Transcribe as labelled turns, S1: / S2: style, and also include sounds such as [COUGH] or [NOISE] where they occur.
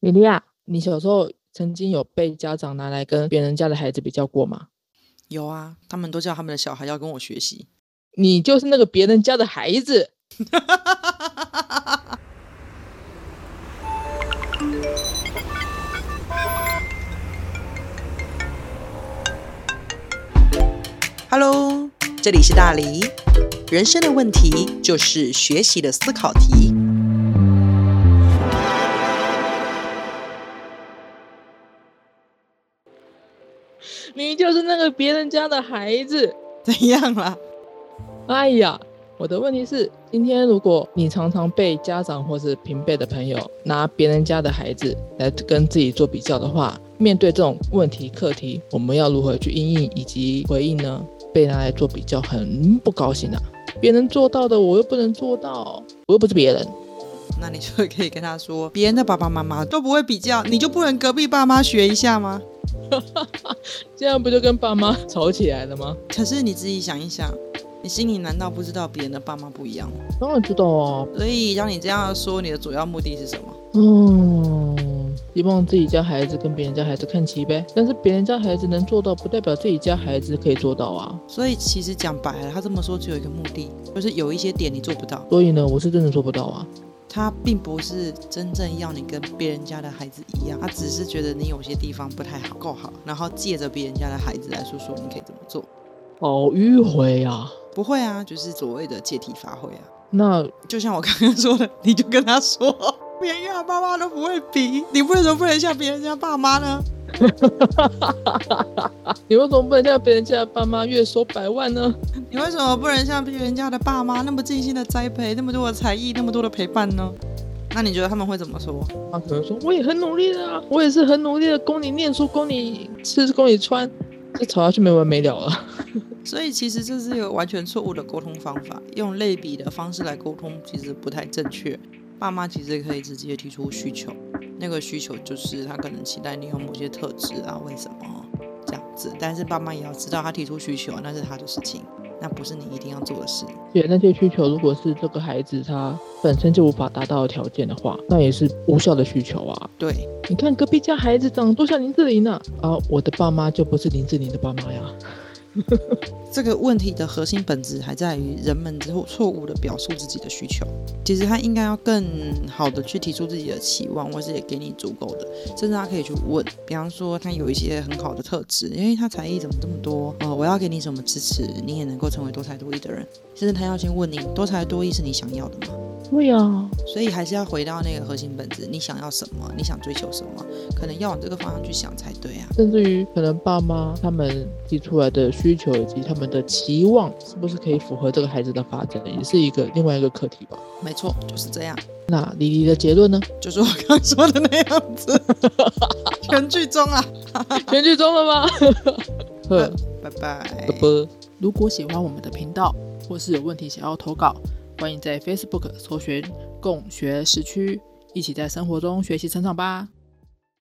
S1: 米莉亚，你小时候曾经有被家长拿来跟别人家的孩子比较过吗？
S2: 有啊，他们都叫他们的小孩要跟我学习。
S1: 你就是那个别人家的孩子。
S2: Hello，这里是大黎。人生的问题就是学习的思考题。
S1: 你就是那个别人家的孩子。
S2: 怎样啊啦？
S1: 哎呀，我的问题是，今天如果你常常被家长或是平辈的朋友拿别人家的孩子来跟自己做比较的话，面对这种问题课题，我们要如何去应应以及回应呢？被拿来做比较，很不高兴啊！别人做到的，我又不能做到，我又不是别人。
S2: 那你就可以跟他说，别人的爸爸妈妈都不会比较，你就不能隔壁爸妈学一下吗？
S1: 这样不就跟爸妈 [LAUGHS] 吵起来了吗？
S2: 可是你自己想一想，你心里难道不知道别人的爸妈不一样吗？
S1: 当然知道啊，
S2: 所以当你这样说，你的主要目的是什么？
S1: 嗯，希望自己家孩子跟别人家孩子看齐呗。但是别人家孩子能做到，不代表自己家孩子可以做到啊。
S2: 所以其实讲白了，他这么说只有一个目的，就是有一些点你做不到，
S1: 所以呢，我是真的做不到啊。
S2: 他并不是真正要你跟别人家的孩子一样，他只是觉得你有些地方不太好，够好，然后借着别人家的孩子来说说你可以怎么做。
S1: 好迂回啊。
S2: 不会啊，就是所谓的借题发挥啊。
S1: 那
S2: 就像我刚刚说的，你就跟他说，别人家爸妈都不会比，你为什么不能像别人家爸妈呢？
S1: 你为什么不能像别人家的爸妈月收百万呢？
S2: 你为什么不能像别人家的爸妈那么尽心的栽培，那么多的才艺，那么多的陪伴呢？那你觉得他们会怎么说？
S1: 他可能说我也很努力的啊，我也是很努力的供你念书，供你吃，供你穿，这吵下去没完没了啊了。
S2: 所以其实这是一个完全错误的沟通方法，用类比的方式来沟通其实不太正确。爸妈其实可以直接提出需求，那个需求就是他可能期待你有某些特质啊，为什么这样子？但是爸妈也要知道，他提出需求啊那是他的事情，那不是你一定要做的事。
S1: 对，那些需求如果是这个孩子他本身就无法达到的条件的话，那也是无效的需求啊。
S2: 对，
S1: 你看隔壁家孩子长得多像林志玲呢、啊，我的爸妈就不是林志玲的爸妈呀。
S2: 这个问题的核心本质还在于人们之后错误的表述自己的需求。其实他应该要更好的去提出自己的期望，或是也给你足够的，甚至他可以去问，比方说他有一些很好的特质，因为他才艺怎么这么多？呃，我要给你什么支持，你也能够成为多才多艺的人。甚至他要先问你，多才多艺是你想要的吗？
S1: 对啊，
S2: 所以还是要回到那个核心本质，你想要什么？你想追求什么？可能要往这个方向去想才对啊。
S1: 甚至于可能爸妈他们提出来的需求以及他们的期望，是不是可以符合这个孩子的发展，也是一个另外一个课题吧。
S2: 没错，就是这样。
S1: 那李黎的结论呢？
S2: 就是我刚说的那样子， [LAUGHS] 全剧终啊，
S1: 全剧终了吗？ [LAUGHS] 呵
S2: 拜拜
S1: 啵。啵。如果喜欢我们的频道，或是有问题想要投稿，欢迎在 Facebook 搜寻“共学时区”，一起在生活中学习成长吧。